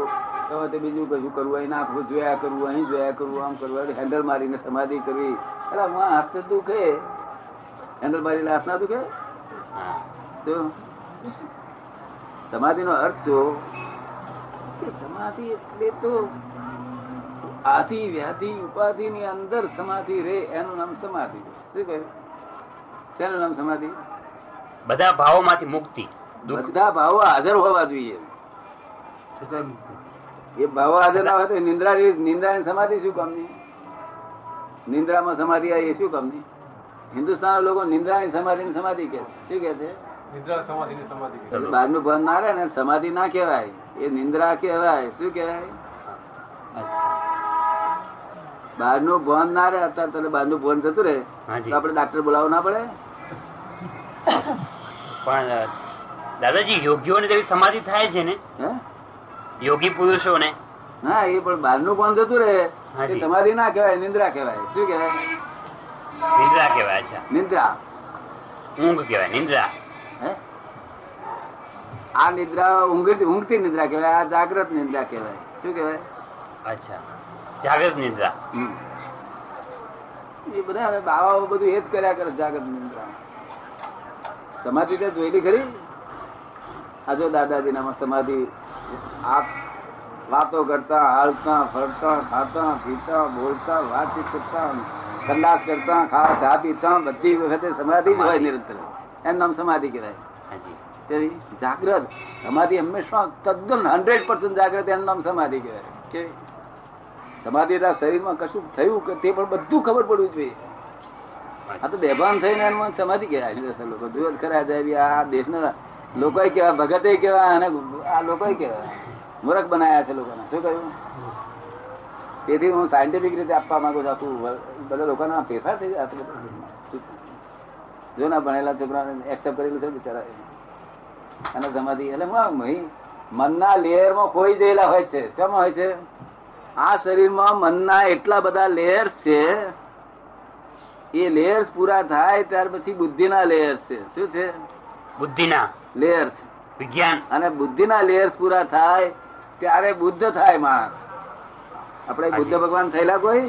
તો તે બીજું કશું કરવું અહીં નાખવું જોયા કરવું અહીં જોયા કરવું આમ કરવું એટલે હેન્ડલ મારીને સમાધિ કરવી એટલે આમાં હાથ તો દુખે હેન્ડલ મારીને હાથ ના દુખે હા. તો સમાધિનો અર્થ જો કે સમાધિ એટલે તો આધિ વ્યાધિ ઉપાધિ ની અંદર સમાધિ રે એનું નામ સમાધિ શું કહ્યું શેનું નામ સમાધિ બધા ભાવોમાંથી મુક્તિ દુઃખ બધા ભાવો હાજર હોવા જોઈએ એ ભાવો હાજર ના હોય તો નિંદ્રા નિંદ્રાની સમાધિ શું કામની નિંદ્રામાં સમાધિ આવી એ શું કામની હિન્દુસ્તાન લોકો નિંદ્રાની સમાધિ ને સમાધિ કે છે શું કે છે નિદ્રા સમાધિ ને સમાધિ કે એટલે બહારનું ભાન ના રહે ને સમાધિ ના કહેવાય એ નિંદ્રા કહેવાય શું કહેવાય બહારનું ભાન ના રહે અત્યારે તને બહારનું ભાન થતું રહે હાજી. તો આપણે ડાક્ટર બોલાવવો ના પડે પણ અ, દાદાજી યોગીઓને જેવી સમાધિ થાય છે ને હે યોગી પુરુષોને ના એ પણ બહારનું ભાન થતું રહે એ હાજી. સમાધિ ના કહેવાય નિંદ્રા કહેવાય શું કહેવાય નિદ્રા કહેવાય અચ્છા નિંદ્રા ઊંઘ કહેવાય નિદ્રા હે? આ નિદ્રા ઊંઘ ઊંઘતી નિદ્રા કહેવાય આ જાગ્રત નિદ્રા કહેવાય શું કહેવાય અચ્છા જાગૃત નિદ્રા હમ. એ બધા હવે બાવાઓ બધું એ જ કર્યા કરે જાગ્રત નિદ્રા સમાધિ તે જોયેલી ખરી આ જો દાદાજીનામાં સમાધિ આ વાતો કરતા હાલતા ફરતા ખાતા પીતા બોલતા વાતચીત કરતા સંડાસ કરતા ખાવા ચા પીતા બધી વખતે સમાધિ જ હોય નિરંતર એનું નામ સમાધિ કહેવાય હાજી તેવી જાગ્રત સમાધિ હંમેશા તદ્દન હંડ્રેડ પર્સન્ટ જાગ્રત એનું નામ સમાધિ કહેવાય કે સમાધિ એટલે આ શરીરમાં કશું થયું કે તે પણ બધું ખબર પડવી જોઈએ આ તો બેભાન થઈને એનું સમાધિ કહેવાય આજુબાજુ લોકો જુઓ જ ખરા સાહેબ, આ દેશના લોકોએ કેવા ભગતે કેવા અને આ લોકોએ કેવા મૂરખ બનાયા છે લોકોને શું કહ્યું તેથી હું સાયન્ટિફિક રીતે આપવા માંગુ છું આખું વ- બધા લોકોના ફેરફાર થઈ જાય જો ના ભણેલા છોકરાને એક્સેપ્ટ કરેલું છે બિચારા અને સમાધિ એટલે હું આમ અહીં મનના લેયરમાં ખોઈ ગયેલા હોય છે કેમ હોય છે આ શરીરમાં મનના એટલા બધા લેયર્સ છે એ લેયર્સ પૂરા થાય ત્યાર પછી બુદ્ધિના લેયર્સ છે શું છે બુદ્ધિના લેયર્સ વિજ્ઞાન અને બુદ્ધિના લેયર્સ પૂરા થાય ત્યારે બુદ્ધ થાય માણસ આપણે બુદ્ધ ભગવાન થયેલા કોઈ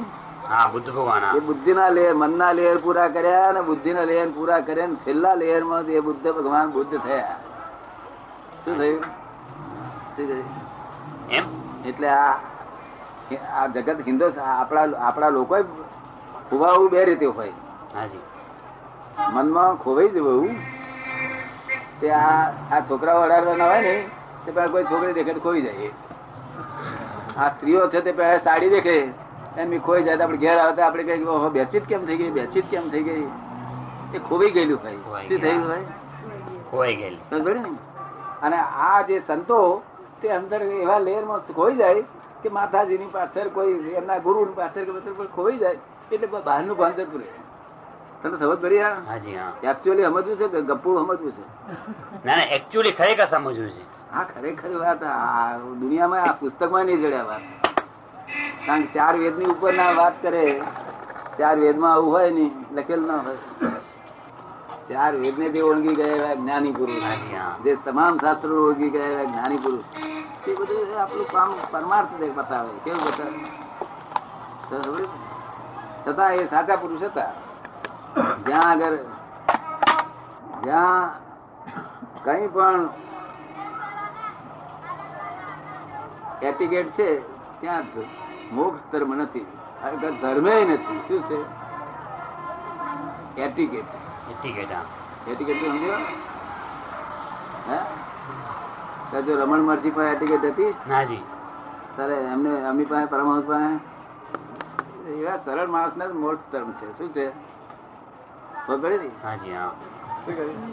હા બુદ્ધ ભગવાન હા. એ બુદ્ધિના લેયર મનના લેયર પૂરા કર્યા અને બુદ્ધિના લેયર પૂરા કર્યા અને છેલ્લા લેયરમાં એ બુદ્ધ ભગવાન બુદ્ધ થયા શું થયું શું થયું એમ એટલે આ આ જગત હિન્દુ આપણા આપણા લોકો ખોવાવું બે રીતે હોય હાજી મનમાં ખોવાઈ જવું તે આ આ છોકરાઓ અઢારવાના હોય ને તે પેલા કોઈ છોકરી દેખે તો ખોઈ જાય આ સ્ત્રીઓ છે તે પહેલા સાડી દેખે એમ એ ખોઈ જાય તો આપણે ઘેર આવતા આપણે કઈ ઓહો બેચીત કેમ થઈ ગઈ બેચીત કેમ થઈ ગઈ એ ખોવાઈ ગયેલું ભાઈ ખોવાઈ શું ગયા. થયું ભાઈ ખોવાઈ ગયેલી સમજ પડી ને? અને આ જે સંતો તે અંદર એવા લેયરમાં ખોઈ જાય કે માતાજીની પાછળ કોઈ એમના ગુરુની પાછળ કે પાછળ કોઈ ખોઈ જાય એટલે બહારનું ભાન જતું રહે તને સમજ પડી આ હાજી હા એકચ્યુઅલી સમજવું છે કે ગપ્પું સમજવું છે ના ના એકચ્યુઅલી ખરેખર સમજવું છે આ ખરેખર વાત આ દુનિયામાં આ પુસ્તકમાં નહીં જડ્યા વાત કારણ કે ચાર વેદની ઉપર ના વાત કરે ચાર વેદમાં આવું હોય નહીં લખેલ ના હોય ચાર વેદને જે ઓળગી ગયા એવા જ્ઞાની હાજી, હા. પુરુષ જે તમામ શાસ્ત્રો ઓળગી ગયા એવા જ્ઞાની પુરુષ એ બધું આપણું કામ પરમાર્થ દે બતાવે કેવું બતાવે તો ખબર છે? છતાં એ સાચા પુરુષ હતા જ્યાં આગળ જ્યાં કઈ પણ એટીકેટ છે ત્યાં જ મોક્ષ ધર્મ નથી ખરેખર ધર્મેય નથી શું છે એટીકેટ ટિકિટ હા એટીકેટ તો સમજ્યો હે તારે જો રમણ મહર્ષિ પાસે એટીકેટ હતી હાજી તારે એમને એમની પાસે પરમહંસ પાસે એવા સરળ માણસને જ મોક્ષ ધર્મ છે શું છે ખબર પડી ને? હાજી હા શું કર્યું?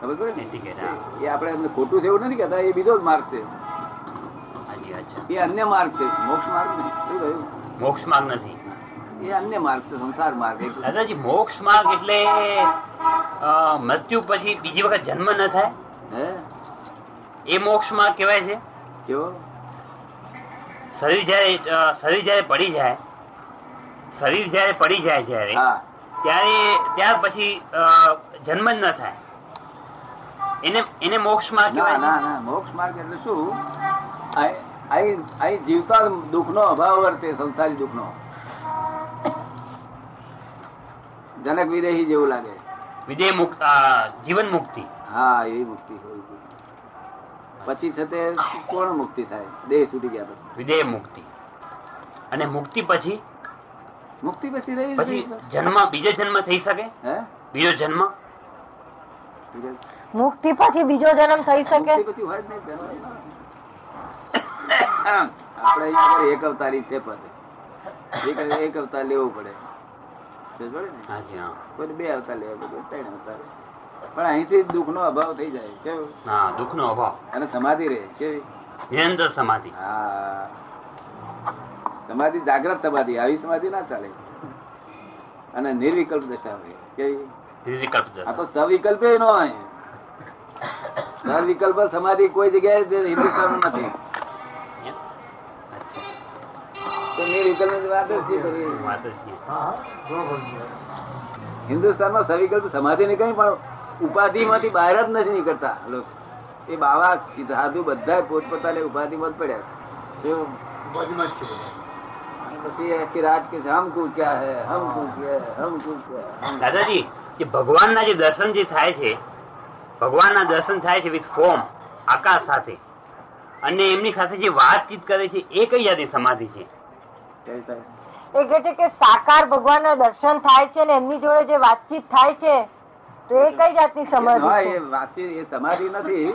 ખબર પડી ને? ટિકિટ હા એ આપણે એમને ખોટું છે એવું નથી કહેતા એ બીજો જ માર્ગ છે હાજી અચ્છા એ અન્ય માર્ગ છે મોક્ષ માર્ગ નહીં શું કહ્યું મોક્ષ માર્ગ નથી એ અન્ય માર્ગ છે સંસાર માર્ગ એક દાદાજી મોક્ષ માર્ગ એટલે અ, મૃત્યુ પછી બીજી વખત જન્મ ન થાય હે એ મોક્ષ માર્ગ કહેવાય છે કેવો શરીર જ્યારે અ, શરીર જ્યારે પડી જાય શરીર જ્યારે પડી જાય જ્યારે હા ત્યારે ત્યાર પછી અ, જન્મ જ ન થાય એને એને મોક્ષ માર્ગ ના કહેવાય ના છે ના મોક્ષ માર્ગ એટલે શું આ- અહીં અહીં જીવતા દુઃખનો અભાવ વર્તે સંસારી દુઃખનો જનક વિદેહી જેવું લાગે વિધેય મુક્ત અ, જીવન મુક્તિ હા એવી મુક્તિ હોય છે. પછી છે તે કોણ મુક્તિ થાય દેહ છૂટી ગયા પછી વિધેય મુક્તિ અને મુક્તિ પછી મુક્તિ પછી રહી પછી શું? જન્મ બીજો જન્મ થઈ શકે હે બીજો જન્મ મુક્તિ પછી બીજો જન્મ થઈ શકે મુક્તિ પછી હોય જ નહીં પહેલા. આપણે અહીંયા આગળ એક અવતારી છે પાસે એક એક અવતાર લેવો પડે સમજ પડે ને હાજી હા કોઈ બે અવતાર લેવા પડે ત્રણ અવતાર પણ અહીંથી દુઃખ નો અભાવ થઈ જાય કેવું હા દુઃખનો અભાવ અને સમાધિ રહે કેવી નિરંતર સમાધિ હા સમાધિ જાગ્રત સમાધિ આવી સમાધિ ના ચાલે અને નિર્વિકલ્પ દશા હોય કેવી નિર્વિકલ્પ આ દશા. તો સવિકલ્પ ન હોય સવિકલ્પ સમાધિ કોઈ જગ્યાએ જે હિન્દુસ્તાનમાં નથી એમ? અચ્છા. તો નિર્વિકલ્પ ની વાત જ શું કરીએ? વાત જ છે. હા હા બરોબર છે. હિન્દુસ્તાનમાં સવિકલ્પ સમાધિ ની કઈ પણ ઉપાધિમાંથી બહાર જ નથી નીકળતા લોકો એ બાવા સાધુ બધા પોતપોતાની ઉપાધિમાં જ પડ્યા છે જો, બાજુમાં જ છે બધા. અને પછી આખી રાત કે છે, હમ કુ ક્યા હે હમ કુ ક્યા હે, હમ કુ ક્યા હે, હમ. દાદાજી જે ભગવાનના જે દર્શન જે થાય છે ભગવાનના દર્શન થાય છે વિથ ફોર્મ આકાશ સાથે અને એમની સાથે જે વાતચીત કરે છે એ કઈ જાતની સમાધિ છે કઈ થાય? એ કહે છે કે સાકાર ભગવાનના દર્શન થાય છે ને એમની જોડે જે વાતચીત થાય છે તો એ કઈ જાતની ના, સમાધિ એ વાતચીત એ સમાધિ નથી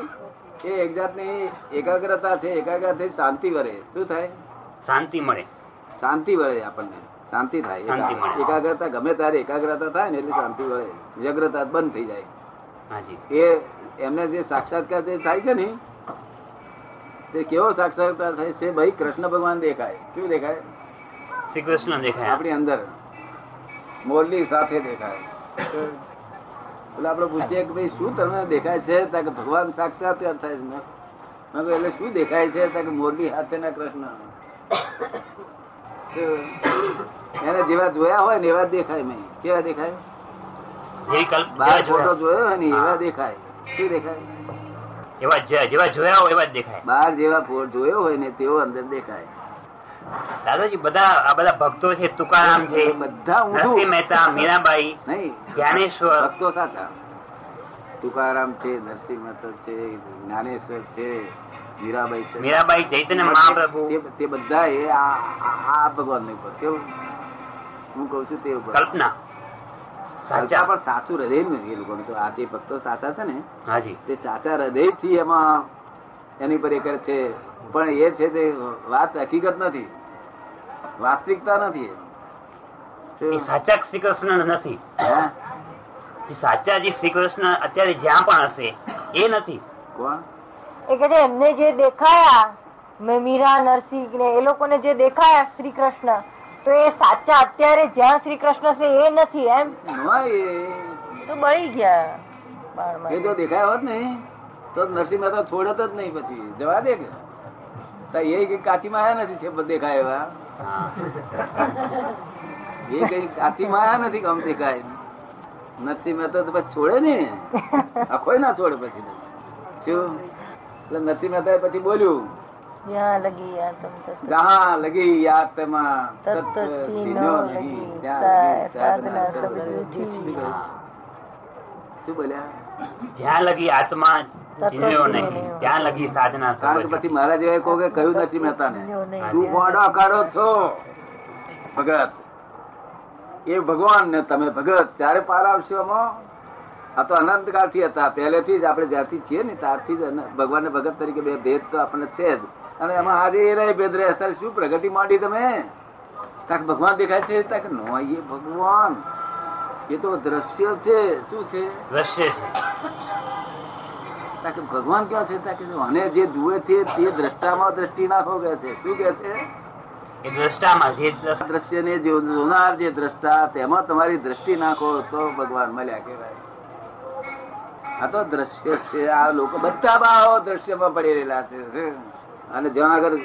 એ એક જાતની એકાગ્રતા છે એકાગ્રતા શાંતિ વરે શું થાય શાંતિ મળે શાંતિ વળે આપણને શાંતિ થાય શાંતિ મળે. એકાગ્રતા ગમે ત્યારે એકાગ્રતા થાય ને એટલે શાંતિ વળે વ્યગ્રતા બંધ થઈ જાય હાજી એ એમને જે સાક્ષાત્કાર જે થાય છે ને તે કેવો સાક્ષાત્કાર થાય છે ભાઈ કૃષ્ણ ભગવાન દેખાય શું દેખાય શ્રી કૃષ્ણ દેખાય આપણી અંદર મોરલી સાથે દેખાય એટલે આપણે પૂછીએ કે ભાઈ શું તમને દેખાય છે તો કે ભગવાન સાક્ષાત્કાર થાય છે મેં કહ્યું, એટલે શું દેખાય છે તો કે મોરલી સાથેના કૃષ્ણ એને જેવા જોયા હોય ને એવા જ દેખાય મેં કેવા દેખાય જેવી કલ્પ બાર જેવા ફોટો જોયા- જોયો હોય ને હા. એવા દેખાય શું દેખાય એવા જ- જેવા જોયા હોય એવા જ દેખાય બહાર જેવા ફોડ જોયો હોય ને તેવો અંદર દેખાય દાદાજી બધા આ બધા ભક્તો છે તુકારામ છે બધા ઊંધું. નરસિંહ મહેતા મીરાબાઈ નહીં જ્ઞાનેશ્વર ભક્તો સાચા તુકારામ છે નરસિંહ મહેતા છે જ્ઞાનેશ્વર છે મીરાબાઈ છે મીરાબાઈ ચૈતન્ય મહાપ્રભુ તે- તે બધા એ આ આ- આ ભગવાન ઉપર કેવું હું કઉ છું તે ઉપર કલ્પના સાચા સાચા પણ સાચું હૃદય ને એ લોકોનું તો આ જે ભક્તો સાચા છે ને હાજી તે સાચા હૃદય થી એમાં એની પર એ કરે છે પણ એ છે તે વાત હકીકત નથી વાસ્તવિકતા નથી એ. એ સાચા શ્રી કૃષ્ણ નથી હે? એ સાચા જે શ્રી કૃષ્ણ અત્યારે જ્યાં પણ હશે એ નથી કોણ એ કહે છે એમને જે દેખાયા મેં મીરા નરસિંહ ને એ લોકોને જે દેખાયા શ્રી કૃષ્ણ તો એ સાચા અત્યારે જ્યાં શ્રી કૃષ્ણ છે એ નથી એમ એ તો બળી ગયા બાણમાં. જો દેખાય હોત ને તો નરસિંહ મહેતા છોડત જ નહીં પછી જવા દે કે તો એ કઈ કાચી માયા નથી છે પણ દેખાય એવા હા. એ કઈ કાચી માયા નથી કમ દેખાય નરસિંહ મહેતા તો પછી છોડે ને આખોય ના છોડે પછી તો. શું એટલે નરસિંહ મહેતા પછી બોલ્યું જ્યાં લગી આ તમ તસ- જહા લગી આત્મા તત્વ તત્વ ચિહ્નો ચિહ્નો લગી નહીં, સાય ત્યાં સાધના લગી સાધના સબકી સબકી ઠીક. હા. શું બોલ્યા જ્યાં લગી આત્મા તત્વ જીવ્યો જીવ્યો નહીં નહીં. ત્યાં લગી સાધના કારણ કે સમજ. પછી મારા જેવા કોઈ કહ્યું નથી મહેતાને જો નહીં. તું ગોડો કરો છો ભગત એ ભગવાન ને તમે ભગત ત્યારે પાર આવશો આમાં? આ તો અનંત કાળથી હતા પહેલેથી જ આપણે જ્યાંથી છીએ ને ત્યારથી જ ભગવાન ને ભગત તરીકે બે ભેદ તો આપણને છે જ અને એમાં આજે એ રહે ભેદ રહે અત્યારે શું પ્રગતિ માંડી તમે કાંક ભગવાન દેખાય છે કાંક નો એ ભગવાન એ તો દ્રશ્ય છે શું છે દ્રશ્ય છે તા કે ભગવાન ક્યાં છે તા કે મને જે જુએ છે તે દ્રષ્ટામાં દ્રષ્ટિ નાખો કે છે શું કે છે એ દ્રષ્ટામાં જે દ્રષ્ટા દ્રશ્યને જે જોનાર જે દ્રષ્ટા તેમાં તમારી દ્રષ્ટિ નાખો તો ભગવાન મળ્યા કહેવાય આ તો દ્રશ્ય છે આ લોકો બધા બાવો દ્રશ્યમાં પડી રહેલા છે અને જ્યાં આગળ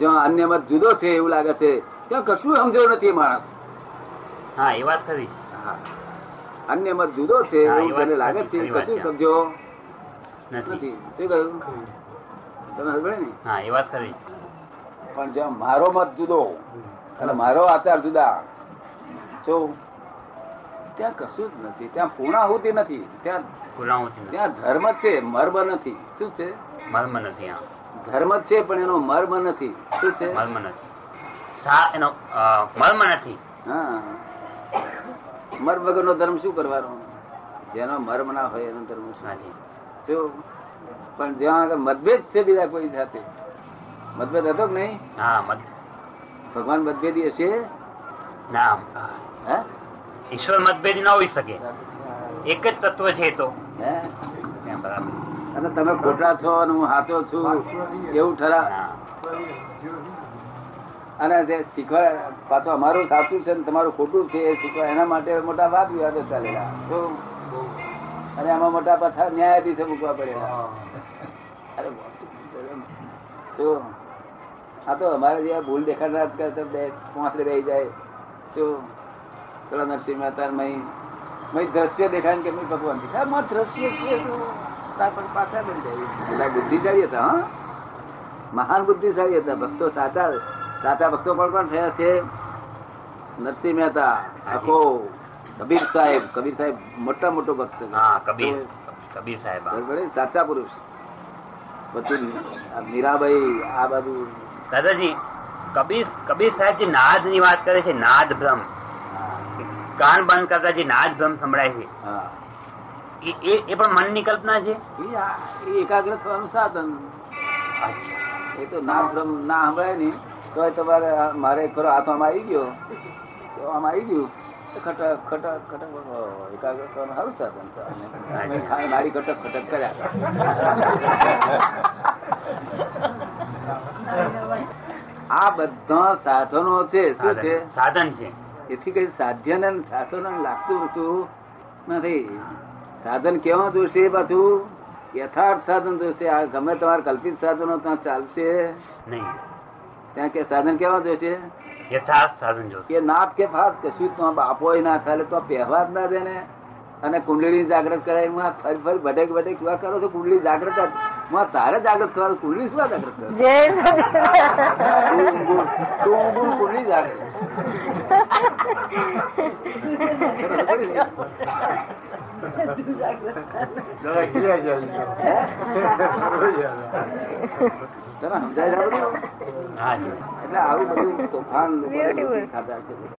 જ્યાં અન્ય મત જુદો છે એવું લાગે છે ત્યાં કશું સમજો નથી માણસ હા એ વાત ખરી હા. અન્ય મત જુદો છે હા, એ એવું વાત તને લાગે છે સાચી, એ વાત કશું છે. સમજો નથી નથી શું કહ્યું તમે સમજ્યા ને હા એ વાત ખરી પણ જો મારો મત જુદો અને મારો આચાર જુદા જો ત્યાં કશું જ નથી ત્યાં પૂર્ણાહુતિ નથી ત્યાં ગુલામતી નથી ત્યાં ધર્મ જ છે મર્મ નથી શું છે મર્મ નથી હા ધર્મ જ છે પણ એનો મર્મ નથી શું છે મર્મ નથી સા એનો અ, મર્મ નથી હા મર્મ વગરનો ધર્મ શું કરવાનો જેનો મર્મ ના હોય એનો ધર્મ શું હાજી. જો પણ જ્યાં આગળ મતભેદ છે બીજા કોઈ સાથે મતભેદ હતો કે નહીં હા મત- ભગવાન મતભેદી હશે ના હા ઈશ્વર મતભેદ ના હોઈ શકે એક જ તત્વ છે એ તો હે? એમ બરાબર અને તમે ખોટા છો અને હું સાચો છું એવું ઠરા હા. અને જે શીખવા પાછું અમારું સાચું છે ને તમારું ખોટું છે એ શીખવા એના માટે મોટા વાદ વિવાદો ચાલેલા તો અને આમાં મોટા પાછા ન્યાયાધીશો મૂકવા પડેલા અરે બાપ. તો આ તો અમારે જેવા ભૂલ દેખાડનાર જ કરતા બે પાંચ રહી જાય તો પેલા નરસિંહ મહેતા મહી મહી દ્રશ્ય દેખાય ને કે મહી ભગવાન દેખાય આમાં દ્રશ્ય છે તો તા પણ પાછા પડી જાય બધા બુદ્ધિશાળી હતા હા મહાન બુદ્ધિશાળી હતા ભક્તો સાચા સાચા ભક્તો પણ પણ થયા છે નરસિંહ મહેતા આખો કબીર સાહેબ કબીર સાહેબ મોટા મોટો ભક્ત હા કબીર કબીર સાહેબ હા. બરાબર ને? સાચા પુરુષ પછી આ મીરાબાઈ આ બાજુ દાદાજી કબીર કબીર સાહેબ જે નાદ ની વાત કરે છે નાદ ભ્રમ હા, કાન બંધ કરતા જે નાદ ભ્રમ સંભળાય છે હા. એ- એ એ પણ મનની કલ્પના છે એ આ- એ એકાગ્ર થવાનું સાધન એ તો ના ભ્રમ ના સંભળાય ને તો તમારે આ- મારે ખરો હાથ આમ આવી ગયો તો આમ આવી ગયું તો ખટક ખટક ખટક ઓહો, એકાગ્ર થવાનું સારું સાધન છે આને. અને મારી ખટક ખટક કર્યા આ બધા સાધનો છે શું છે સાધન સાધન છે એથી કઈ સાધ્ય ને સાધન લાગતું હોતું નથી સાધન કેવા જોશે પાછું યથાર્થ સાધન જોશે આ ગમે તમારા કલ્પિત સાધનો ત્યાં ચાલશે નહીં ત્યાં કે સાધન કેવા જોશે યથાર્થ સાધન જોશે કે નાથ કે ફાત કે શું તો બાપો ના ચાલે તો પહેવા જ ના દે ને અને કુંડળી જાગ્રત કરાય હું આ ફરી ફરી ભટક ભટક કેવા કરો છો કુંડળી જાગ્રત જ. હું આ તારે જાગ્રત કરવાનું કુંડળી શું આ જાગ્રત કરે જય સચિદાનંદ. તું ઊંઘું તું ઊંઘું ને કુંડળી જાગ્રત તને સમજાય છે આ બધું? હા જી એટલે આવું બધું તોફાન લોકો નથી ખાતા